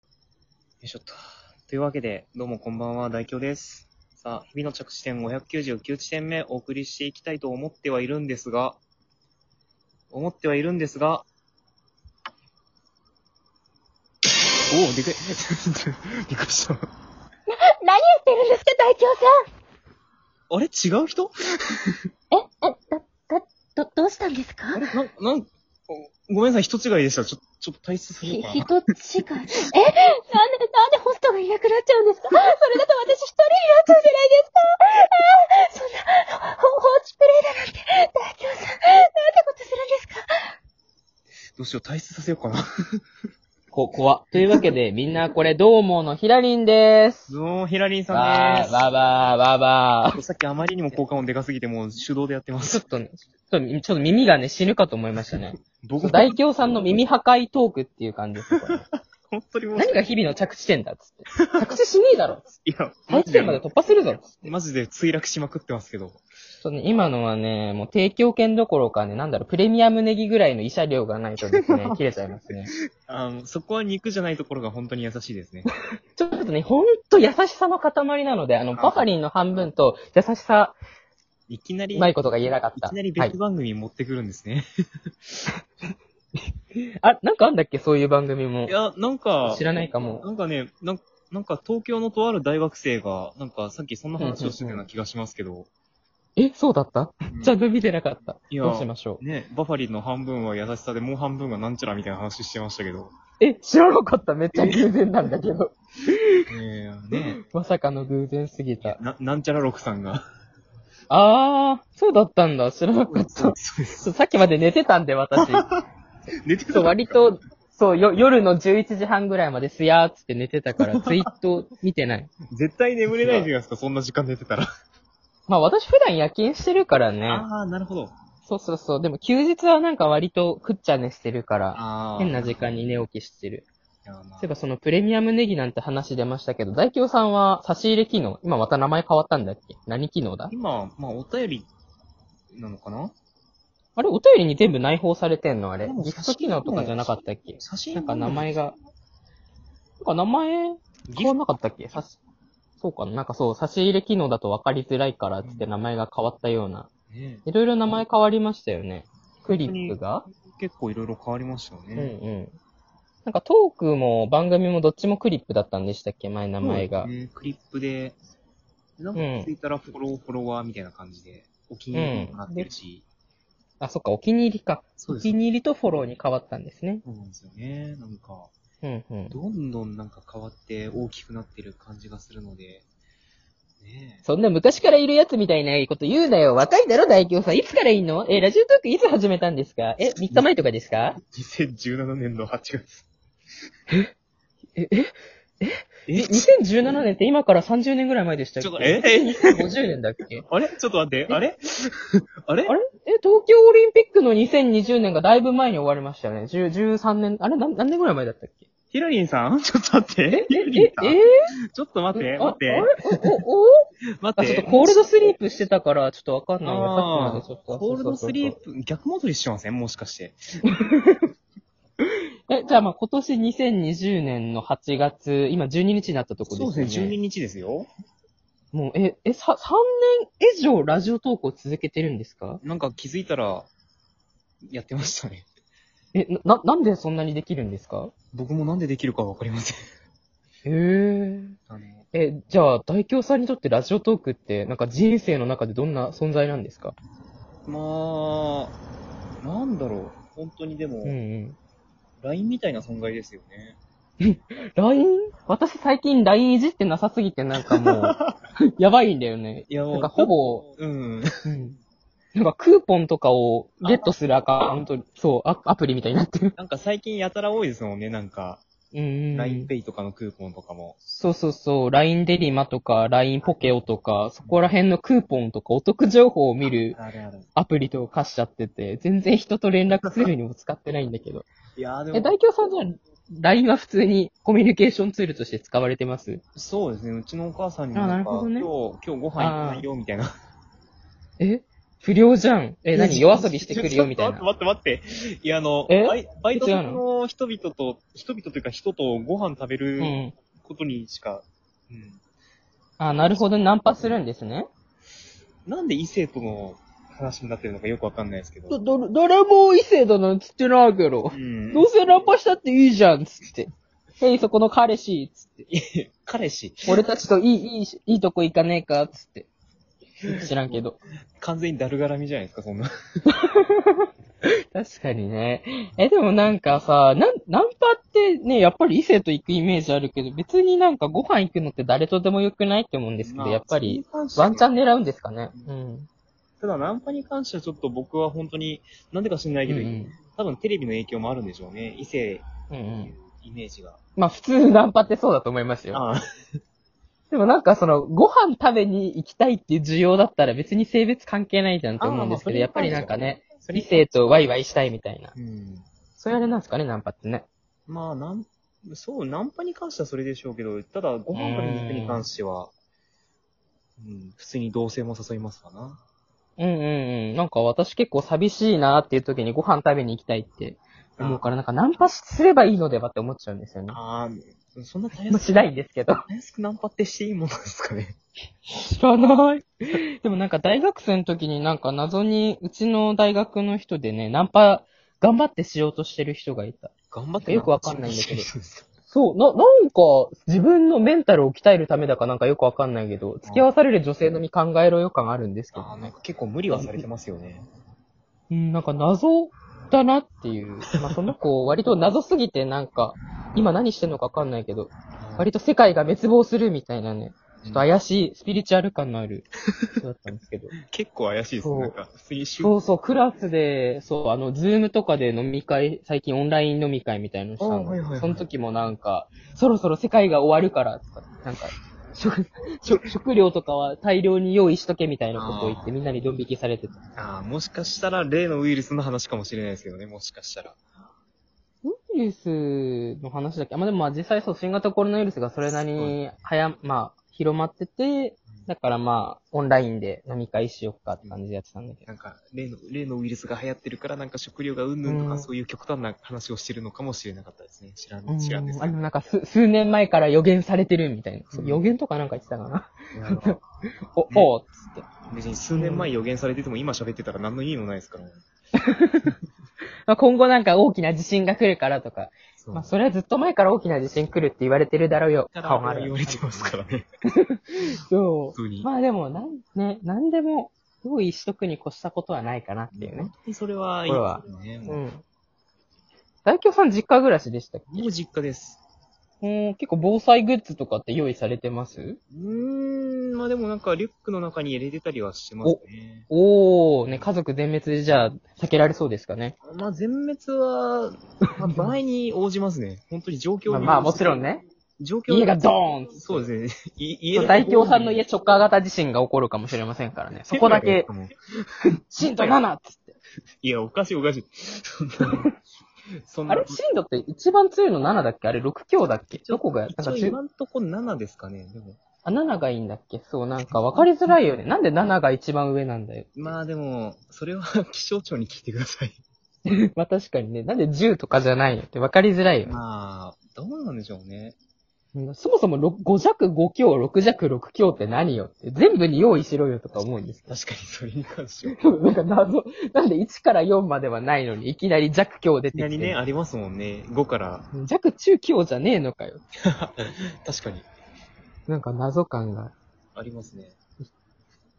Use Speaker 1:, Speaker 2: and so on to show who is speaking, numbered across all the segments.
Speaker 1: よいしょっと。というわけで、どうもこんばんは、大京です。さあ、日々の着地点599地点目お送りしていきたいと思ってはいるんですが、思ってはいるんですが、おお、でかい。 びっくりした。
Speaker 2: 何やってるんですか、大京
Speaker 1: あれ違う人
Speaker 2: さん。え、え、だ、だ、ど、どうしたんですか
Speaker 1: あれなん、なん、ごごめんなさい、人違いでした。ちょ、ちょっと退出する
Speaker 2: ひ、
Speaker 1: ようかな。
Speaker 2: 人違い。え、 なんで、なんでホストがいなくなっちゃうんですかそれだと私一人になっちゃうじゃないですか あーそんな、ほ、放置プレイだなんて、大京さん、なんてことするんですか
Speaker 1: どうしよう、退出させようかな。
Speaker 3: こ、こわ。というわけ で、みんなこれどうものひらりんです。
Speaker 1: どうも、ヒラリンさんで
Speaker 3: わ
Speaker 1: す
Speaker 3: ー、。わーわー、わーわー。
Speaker 1: さっきあまりにも効果音でかすぎて、もう手動でやってま
Speaker 3: ちょ
Speaker 1: す
Speaker 3: っ。とね、ちょっと、ちょっと耳がね、死ぬかと思いましたね。
Speaker 1: 僕も
Speaker 3: 大京さんの耳破壊トークっていう感じですよこれ
Speaker 1: 本当にもう、
Speaker 3: 何が日々の着地点だっつって。着地しねえだろ。
Speaker 1: いや、マ
Speaker 3: 着
Speaker 1: ジ
Speaker 3: 地
Speaker 1: で
Speaker 3: 点ま、で突破するぞ。ちょ
Speaker 1: マジで墜落しまくってますけど。
Speaker 3: っとね、今のはね、もう提供券どころかね、なんだろう、プレミアムネギぐらいの医者量がないとです ね、切れちゃいますね。
Speaker 1: あの、そこは肉じゃないところが本当に優しい ですね。
Speaker 3: ちょっとね、ほんと優しさの塊なので、あの、バファリンの半分と優しさ、
Speaker 1: いきなり、
Speaker 3: う
Speaker 1: い
Speaker 3: まいことが言えなかった。
Speaker 1: きなり
Speaker 3: はい
Speaker 1: 別番組持ってくるんですね。
Speaker 3: あ、なんかあんだっけそういう番組も
Speaker 1: い、。や、なんか
Speaker 3: 知、らないかも。
Speaker 1: なんかね、なんなんか東京のとある大学生が、なんかさっきそんな話をしてたような気がしますけど、
Speaker 3: え、そうだった
Speaker 1: うん
Speaker 3: ちゃんと見てなかった。
Speaker 1: いや
Speaker 3: どうしましょう。
Speaker 1: ね、バファリンの半分は優しさで、もう半分がなんちゃらみたいな話してましたけど、
Speaker 3: え、知らなかった。めっちゃ偶然なんだ けど。
Speaker 1: えー、ね、
Speaker 3: まさかの偶然すぎた。
Speaker 1: な、なんちゃら六さんが。
Speaker 3: あー、 そうだったんだ。知らなかった。ちょ
Speaker 1: そうです。
Speaker 3: さっきまで寝てたんで、私。ちょ
Speaker 1: 寝てくだ
Speaker 3: っと
Speaker 1: さい。
Speaker 3: 割と、そう、よ、夜の11時半ぐらいまですやーっつって寝てた から、ツイート見てない。
Speaker 1: 絶対眠れないじゃないですか、そんな時間寝てたら。
Speaker 3: まあ私普段夜勤してるからね。
Speaker 1: あー、なるほど。
Speaker 3: そうそうそう。でも休日はなんか割とくっちゃねしてるから、
Speaker 1: あー。
Speaker 3: 変な時間に寝起きしてる。
Speaker 1: いやまあ
Speaker 3: そういえばそのプレミアムネギなんて話出ましたけど、大京さんは差し入れ機能、今また名前変わったんだっけ何機能だ
Speaker 1: 今、まあ、お便り、なのかな
Speaker 3: あれお便りに全部内包されてんのあれ
Speaker 1: でも
Speaker 3: ギフト機能とかじゃなかったっけ
Speaker 1: 写真
Speaker 3: なんか名前が、なんか名前変わんなかったっけ差しそうかななんかそう、差し入れ機能だと分かりづらいからっつって名前が変わったような。
Speaker 1: ね
Speaker 3: いろいろ名前変わりましたよね。クリップが
Speaker 1: 結構いろいろ変わりましたよ
Speaker 3: うんう
Speaker 1: ね。
Speaker 3: ん。なんかトークも番組もどっちもクリップだったんでしたっけ前名前が。
Speaker 1: ねクリップで、なんか
Speaker 3: うん
Speaker 1: ついたらフォロー、フォロワーみたいな感じで、お気に入りにもなってるし、
Speaker 3: あ、そっか、お気に入りか。
Speaker 1: そう
Speaker 3: お
Speaker 1: です
Speaker 3: 気。に入りとフォローに変わったんですね。
Speaker 1: そうなんですよね。なんか、
Speaker 3: うんうん。
Speaker 1: どんどんなんか変わって大きくなってる感じがするので、ね
Speaker 3: そんな昔からいるやつみたいなこと言うなよ。若いだろ、大京さん。いつからいんのえ、ラジオトークいつ始めたんですかえ、3日前とかです か
Speaker 1: 2017年の8月。
Speaker 3: え、え、
Speaker 1: え
Speaker 3: 2017年って今から30年ぐらい前でしたっけ
Speaker 1: ちょっとええ
Speaker 3: ?2050 年だっけ
Speaker 1: あれちょっと待って、あれあれ
Speaker 3: あれえ、東京オリンピックの2020年がだいぶ前に終わりましたよね。10 13年、あれ何何年ぐらい前だったっけ
Speaker 1: ヒラリンさん ちょっと待って。ヒラ
Speaker 3: え、
Speaker 1: リン
Speaker 3: え
Speaker 1: さんちょっと待って、
Speaker 3: あ
Speaker 1: 待っ
Speaker 3: あれ
Speaker 1: て、
Speaker 3: お、お、お
Speaker 1: 待
Speaker 3: あ、
Speaker 1: っ
Speaker 3: ちょってと。コールドスリープしてたから、ちょっとわかんないよ。さっきま
Speaker 1: あ
Speaker 3: でちょっと。
Speaker 1: ーコールドスリー
Speaker 3: プ。
Speaker 1: プ、逆戻りしてませんもしかして。
Speaker 3: え、じゃあまあ今年2020年の8月、今12日になったとこですよね。
Speaker 1: 12日ですよ。
Speaker 3: もう、え、え、さ、3年以上ラジオ投稿続けてるんですか
Speaker 1: なんか気づいたら、やってましたね。
Speaker 3: え、な、ななんでそんなにできるんですか
Speaker 1: 僕もなんでできるかわかりません。
Speaker 3: へえ。
Speaker 1: あの、
Speaker 3: え、じゃあ、大京さんにとってラジオトークって、なんか人生の中でどんな存在なんですか
Speaker 1: まあ、なんだろう。本当にでも、
Speaker 3: うんうん。
Speaker 1: LINE みたいな存在ですよね。
Speaker 3: LINE? 私最近 LINE いじってなさすぎてなんかも う、やばいんだよね。
Speaker 1: いや、も
Speaker 3: な
Speaker 1: う。
Speaker 3: んかほぼ、
Speaker 1: うん。
Speaker 3: うん。なんかクーポンとかをゲットするアカウント、そう、アアプリみたいになってる。
Speaker 1: なんか最近やたら多いですもんね。なんか、
Speaker 3: うんうん。
Speaker 1: LINEPay とかのクーポンとかも。
Speaker 3: そうそうそう、LINE デリマとか、LINE ポケオとか、そこら辺のクーポンとかお得情報を見る
Speaker 1: あるある。
Speaker 3: アプリとか貸しちゃってて、全然人と連絡ツールにも使ってないんだけど。
Speaker 1: いやーで
Speaker 3: え、
Speaker 1: も、
Speaker 3: 大京さんじゃあ、LINE は普通にコミュニケーションツールとして使われてます
Speaker 1: そうですね。うちのお母さんに
Speaker 3: あ
Speaker 1: も
Speaker 3: な
Speaker 1: なん
Speaker 3: る
Speaker 1: か、
Speaker 3: ほどね
Speaker 1: 今日、今日ご飯行かないよ、みたいな。
Speaker 3: え不良じゃん。え、何夜遊びしてくるよみたい
Speaker 1: ちょ
Speaker 3: な。
Speaker 1: っと待って待って待って。いや、あの、
Speaker 3: え
Speaker 1: バイバイト
Speaker 3: 違う
Speaker 1: 先の人々と、人々というか人とご飯食べ
Speaker 3: う
Speaker 1: る
Speaker 3: ん。
Speaker 1: ことにしか、うん。
Speaker 3: あ、なるほど。ナンパするんですね。
Speaker 1: なんで異性との話になってるのかよくわかんないですけど。
Speaker 3: ど、誰も異性だなんつってないけど
Speaker 1: う。ん。
Speaker 3: どうせナンパしたっていいじゃん、つって。へい、そこの彼氏、つって。
Speaker 1: 彼氏、
Speaker 3: 俺たちといい、いい、いいとこ行かねえか、つって。知らんけど。
Speaker 1: 完全にだるがらみじゃないですか、そん な。
Speaker 3: 確かにね。え、でもなんかさ、なん、ナンパってね、やっぱり異性と行くイメージあるけど、別になんかご飯行くのって誰とでもよくないって思うんですけど、やっぱり、
Speaker 1: まあ、それ
Speaker 3: ワン
Speaker 1: に関して
Speaker 3: チャン狙うんですかね。うん。
Speaker 1: ただ、ナンパに関してはちょっと僕は本当に、なんでか知んないけど、
Speaker 3: うん
Speaker 1: 多分テレビの影響もあるんでしょうね。異性
Speaker 3: うんう
Speaker 1: ってい
Speaker 3: ん。
Speaker 1: うイメージが。
Speaker 3: まあ普通ナンパってそうだと思いますよ。
Speaker 1: ああ、
Speaker 3: でもなんかその、ご飯食べに行きたいっていう需要だったら別に性別関係ないじゃんって思うんですけど、
Speaker 1: あ
Speaker 3: や
Speaker 1: あ
Speaker 3: っ
Speaker 1: ま
Speaker 3: ぱ
Speaker 1: あ
Speaker 3: りなんかね、
Speaker 1: そ
Speaker 3: 異性とワイワイしたいみたいな。
Speaker 1: うん。
Speaker 3: そういうあれなんですかね、ナンパってね。
Speaker 1: まあ、なん、そう、ナンパに関してはそれでしょうけど、ただ、ご飯食べに行くに関しては、うん、普通に同性も誘いますかな。
Speaker 3: うんうんうん。なんか私結構寂しいなっていう時にご飯食べに行きたいって思うから、なんかナンパすればいいのではって思っちゃうんですよね。
Speaker 1: ああ、そんな大
Speaker 3: もう
Speaker 1: 安く、
Speaker 3: しないんですけど。
Speaker 1: 大安くナンパってしていいものですかね。
Speaker 3: 知らない。 でもなんか大学生の時になんか謎にうちの大学の人でね、ナンパ頑張ってしようとしてる人がいた。
Speaker 1: 頑張って
Speaker 3: よくわかんないんだけど
Speaker 1: そうです
Speaker 3: そう、な、なんか自分のメンタルを鍛えるためだかなんかよくわかんないけど、付き合わされる女性のみ考えろよ感あるんですけ
Speaker 1: あ
Speaker 3: ど
Speaker 1: あ、なん
Speaker 3: ね。
Speaker 1: か結構無理はされてますよね。
Speaker 3: うん、なんか謎だなっていう。まあその子割と謎すぎてなんか、今何してんのかわかんないけど、割と世界が滅亡するみたいなね、ちょっと怪しい、スピリチュアル感のある人だったんで すけど。
Speaker 1: 結構怪しいです
Speaker 3: そ
Speaker 1: ね。
Speaker 3: う
Speaker 1: なんか、普通にシュッ
Speaker 3: そうそう、クラスで、そう、あの、ズームとかで飲み会、最近オンライン飲み会みたいなのした
Speaker 1: あはいはいはい
Speaker 3: の。その時もなんか、そろそろ世界が終わるから、とか、なんか、食、食食料とかは大量に用意しとけみたいなことを言っ
Speaker 1: あー
Speaker 3: てみんなにドン引きされてた。
Speaker 1: ああ、もしかしたら例のウイルスの話かもしれないですけどね、もしかしたら。
Speaker 3: ウイルスの話だっけあまあ、でもまあ実際そう、新型コロナウイルスがそれなりに、はや、まあ、広まってて、だからまあ、オンラインで飲み会しよっかって感じでやってたんだけど。
Speaker 1: なんか、例の、例のウイルスが流行ってるから、なんか食料がうんぬんと
Speaker 3: う
Speaker 1: か
Speaker 3: ん
Speaker 1: そういう極端な話をしてるのかもしれなかったですね。知ら、
Speaker 3: うんん
Speaker 1: 知らんです
Speaker 3: あ
Speaker 1: け
Speaker 3: で
Speaker 1: ど。
Speaker 3: もなんか数数年前から予言されてるみたいな。そう
Speaker 1: うん
Speaker 3: 予言とかなんか言ってたかな。
Speaker 1: なんか
Speaker 3: お、
Speaker 1: ね
Speaker 3: おうっつって。
Speaker 1: 別に数年前予言されてても今喋ってたら何の意味もないですからね。
Speaker 3: まあ、今後なんか大きな地震が来るからとか。
Speaker 1: そう。
Speaker 3: まあ、それはずっと前から大きな地震来るって言われてるだろうよ。
Speaker 1: ただ、
Speaker 3: 顔があ
Speaker 1: 言
Speaker 3: る
Speaker 1: わ。れてますからね。
Speaker 3: そ
Speaker 1: 普通に
Speaker 3: う。まあでも、なん、ね、なんでも用意しとくに越したことはないかなっていうね
Speaker 1: 本。当にそれはいいですよね。も
Speaker 3: うん。大京さん実家暮らしでしたっけ
Speaker 1: うもう実家です。
Speaker 3: うん、結構防災グッズとかって用意されてます
Speaker 1: うーん、まあでもなんかリュックの中に入れてたりはしてますね。
Speaker 3: おー、ね、家族全滅でじゃあ避けられそうですかね。
Speaker 1: まあ全滅は、 まあ場合に応じますね。本当に状況に応
Speaker 3: まあ、
Speaker 1: じて
Speaker 3: まあもちろん。ね。
Speaker 1: 状況に
Speaker 3: 家がドーン
Speaker 1: そうですね。い家
Speaker 3: そう大京さんの家直下型地震が起こるかもしれませんから ね。そこだけ、。震度7っつって。
Speaker 1: いや、おかしいおかしい。 そんな。そんな
Speaker 3: あれ震度って一番強いの7だっけあれ6強だっけどこが、なん
Speaker 1: 一
Speaker 3: か
Speaker 1: 応
Speaker 3: 中
Speaker 1: 今んとこ7ですかね。でも。
Speaker 3: あ、7がいいんだっけそう、なんか分かりづらいよね。なんで7が一番上なんだよ。
Speaker 1: まあでも、それは 気象庁に聞いてください。
Speaker 3: まあ確かにね。なんで10とかじゃないよって分かりづらいよね。
Speaker 1: まあ、どうなんでしょうね。
Speaker 3: うんそもそも6 5弱、5強、6弱、6強って何よって全部に用意しろよとか思うんですけど。
Speaker 1: 確かにそれに関しては。い
Speaker 3: なんか謎、なんで1から4まではないのに、いきなり弱強出
Speaker 1: き
Speaker 3: て
Speaker 1: な
Speaker 3: き
Speaker 1: り
Speaker 3: て。
Speaker 1: ね、ありますもんね。5から。
Speaker 3: 弱中強じゃねえのかよ。
Speaker 1: 確かに。
Speaker 3: なんか謎感が。
Speaker 1: ありますね。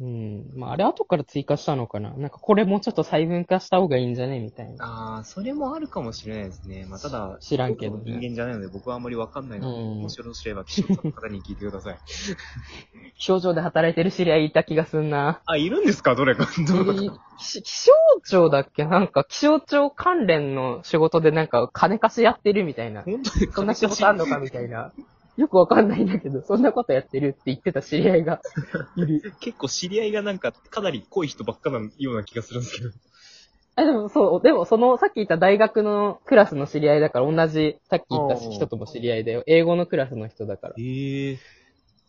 Speaker 3: うん。まあ、あれ後から追加したのかななんかこれもうちょっと細分化した方がいいんじゃねみたいな。
Speaker 1: ああ、それもあるかもしれないですね。まあただ、
Speaker 3: 知らんけどね
Speaker 1: 人間じゃないので僕はあんまりわかんないので、
Speaker 3: うん
Speaker 1: もしよろしければ気象庁の方に聞いてください。
Speaker 3: 気象庁で働いてる知り合いいた気がすんな。
Speaker 1: あ、いるんですかどれか。
Speaker 3: え
Speaker 1: どれか。
Speaker 3: ー気気象庁だっけなんか気象庁関連の仕事でなんか金貸しやってるみたいな。
Speaker 1: 本当に
Speaker 3: そんな仕事あんのかみたいな。 よくわかんないんだけど、そんなことやってるって言ってた知り合いがいる。
Speaker 1: 結構知り合いがなんか、かなり濃い人ばっかなような気がするんです けど。
Speaker 3: あ、でもそう、でもその、さっき言った大学のクラスの知り合いだから、同じ、さっき言った人とも知り合いだよ。英語のクラスの人だから。
Speaker 1: ええ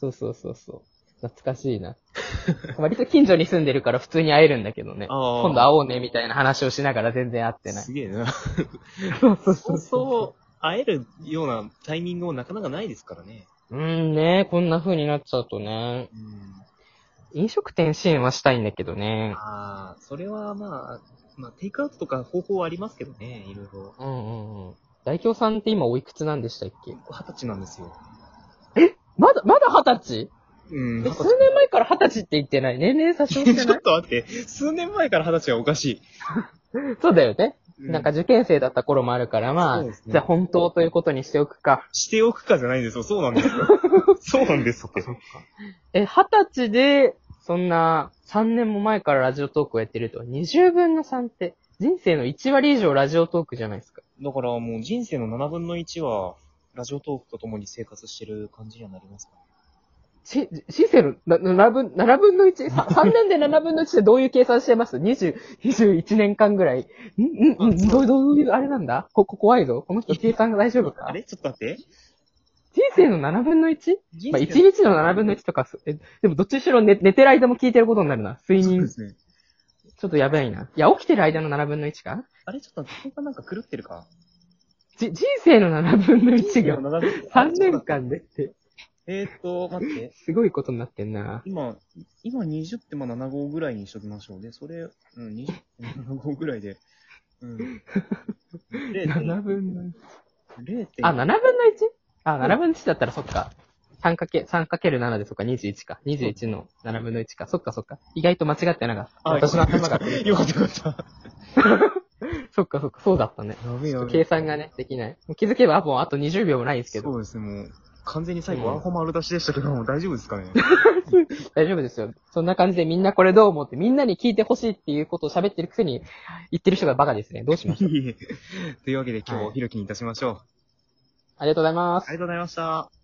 Speaker 3: そうそうそうそう。懐かしいな。 割と近所に住んでるから普通に会えるんだけどね。
Speaker 1: あー
Speaker 3: 今度会おうねみたいな話をしながら全然会ってない。
Speaker 1: すげえな。
Speaker 3: そうそう
Speaker 1: そうそう、会えるようなタイミングもなかなかないですからね。
Speaker 3: うんね、こんな風になっちゃうとね。
Speaker 1: うん。
Speaker 3: 飲食店支援はしたいんだけどね。
Speaker 1: ああ、それはまあ、まあ、テイクアウトとか方法はありますけどね、いろいろ。
Speaker 3: うんうんうん。大京さんって今おいくつなんでしたっけ
Speaker 1: 僕二十歳なんですよ。
Speaker 3: まだ、まだ二十
Speaker 1: うん、
Speaker 3: 歳
Speaker 1: 二十
Speaker 3: 数
Speaker 1: 歳。
Speaker 3: 年前から二十歳って言ってない。年齢差し押して
Speaker 1: ちょ
Speaker 3: な
Speaker 1: っ
Speaker 3: い。
Speaker 1: と待って、数年前から二十歳はおかし
Speaker 3: そうだよね。
Speaker 1: い。
Speaker 3: なんか受験生だった頃もあるから、まあ、
Speaker 1: そうですね
Speaker 3: じゃあ本当ということにしておくか。
Speaker 1: しておくかじゃないんですよ。そうなんです よ。そうなんですって。
Speaker 3: え、二十歳で、そんな、3年も前からラジオトークをやってると、20分の3って、人生の1割以上ラジオトークじゃないですか。
Speaker 1: だからもう人生の7分の1は、ラジオトークと共に生活してる感じにはなりますか
Speaker 3: し、人生のな7分、7分の 1? さ3年で7分の1ってどういう計算してます ?20、21年間ぐらい。んんんどう、どういう、あれなんだこ、こ怖いぞ。この人計算が大丈夫か
Speaker 1: あれちょっと待って。
Speaker 3: 人生の7分の 1?
Speaker 1: 人
Speaker 3: まあ、
Speaker 1: 生
Speaker 3: 1日の7分の1とかす、え、でもどっちにしろ寝寝てる間も聞いてることになるな。睡
Speaker 1: そう
Speaker 3: 眠
Speaker 1: で、すね。
Speaker 3: ちょっとやばいな。いや、起きてる間の7分の1か
Speaker 1: あれちょっと待って、ここがなんか狂ってるか。
Speaker 3: じ、人生の7分の
Speaker 1: 人
Speaker 3: 1
Speaker 1: 生
Speaker 3: が
Speaker 1: の7分の1
Speaker 3: 3年。間でって、
Speaker 1: えーっと、待って。
Speaker 3: すごいことになってんな。
Speaker 1: 今、今20ってまあ75ぐらいにしときましょう。で、それ、うん、20.75ぐらいで。 うん。
Speaker 3: 7分の1。
Speaker 1: 0.1
Speaker 3: あ、7分の 1? あ、7分の1だったらそっか。3かけ、3かける7でそっか、21か。21の7分の1か。そっかそっか。意外と間違ってなかった。
Speaker 1: あ
Speaker 3: 私の頭が。
Speaker 1: よかったよかった。
Speaker 3: そっかそっか、そうだったね。
Speaker 1: やべえや
Speaker 3: 計算がね、できない。もう気づけば、もうあと20秒もないですけど。
Speaker 1: そうですね、もう、完全に最
Speaker 3: う
Speaker 1: 後、
Speaker 3: ん
Speaker 1: ワンホ丸出しでしたけど、もう大丈夫ですかね。
Speaker 3: 大丈夫ですよ。そんな感じでみんなこれどう思って、みんなに聞いてほしいっていうことを喋ってるくせに、言ってる人がバカですね。どうし ましょう。
Speaker 1: というわけで今日、
Speaker 3: はい
Speaker 1: ひろきにいたしましょう。
Speaker 3: ありがとうございます
Speaker 1: あり。がとうございました。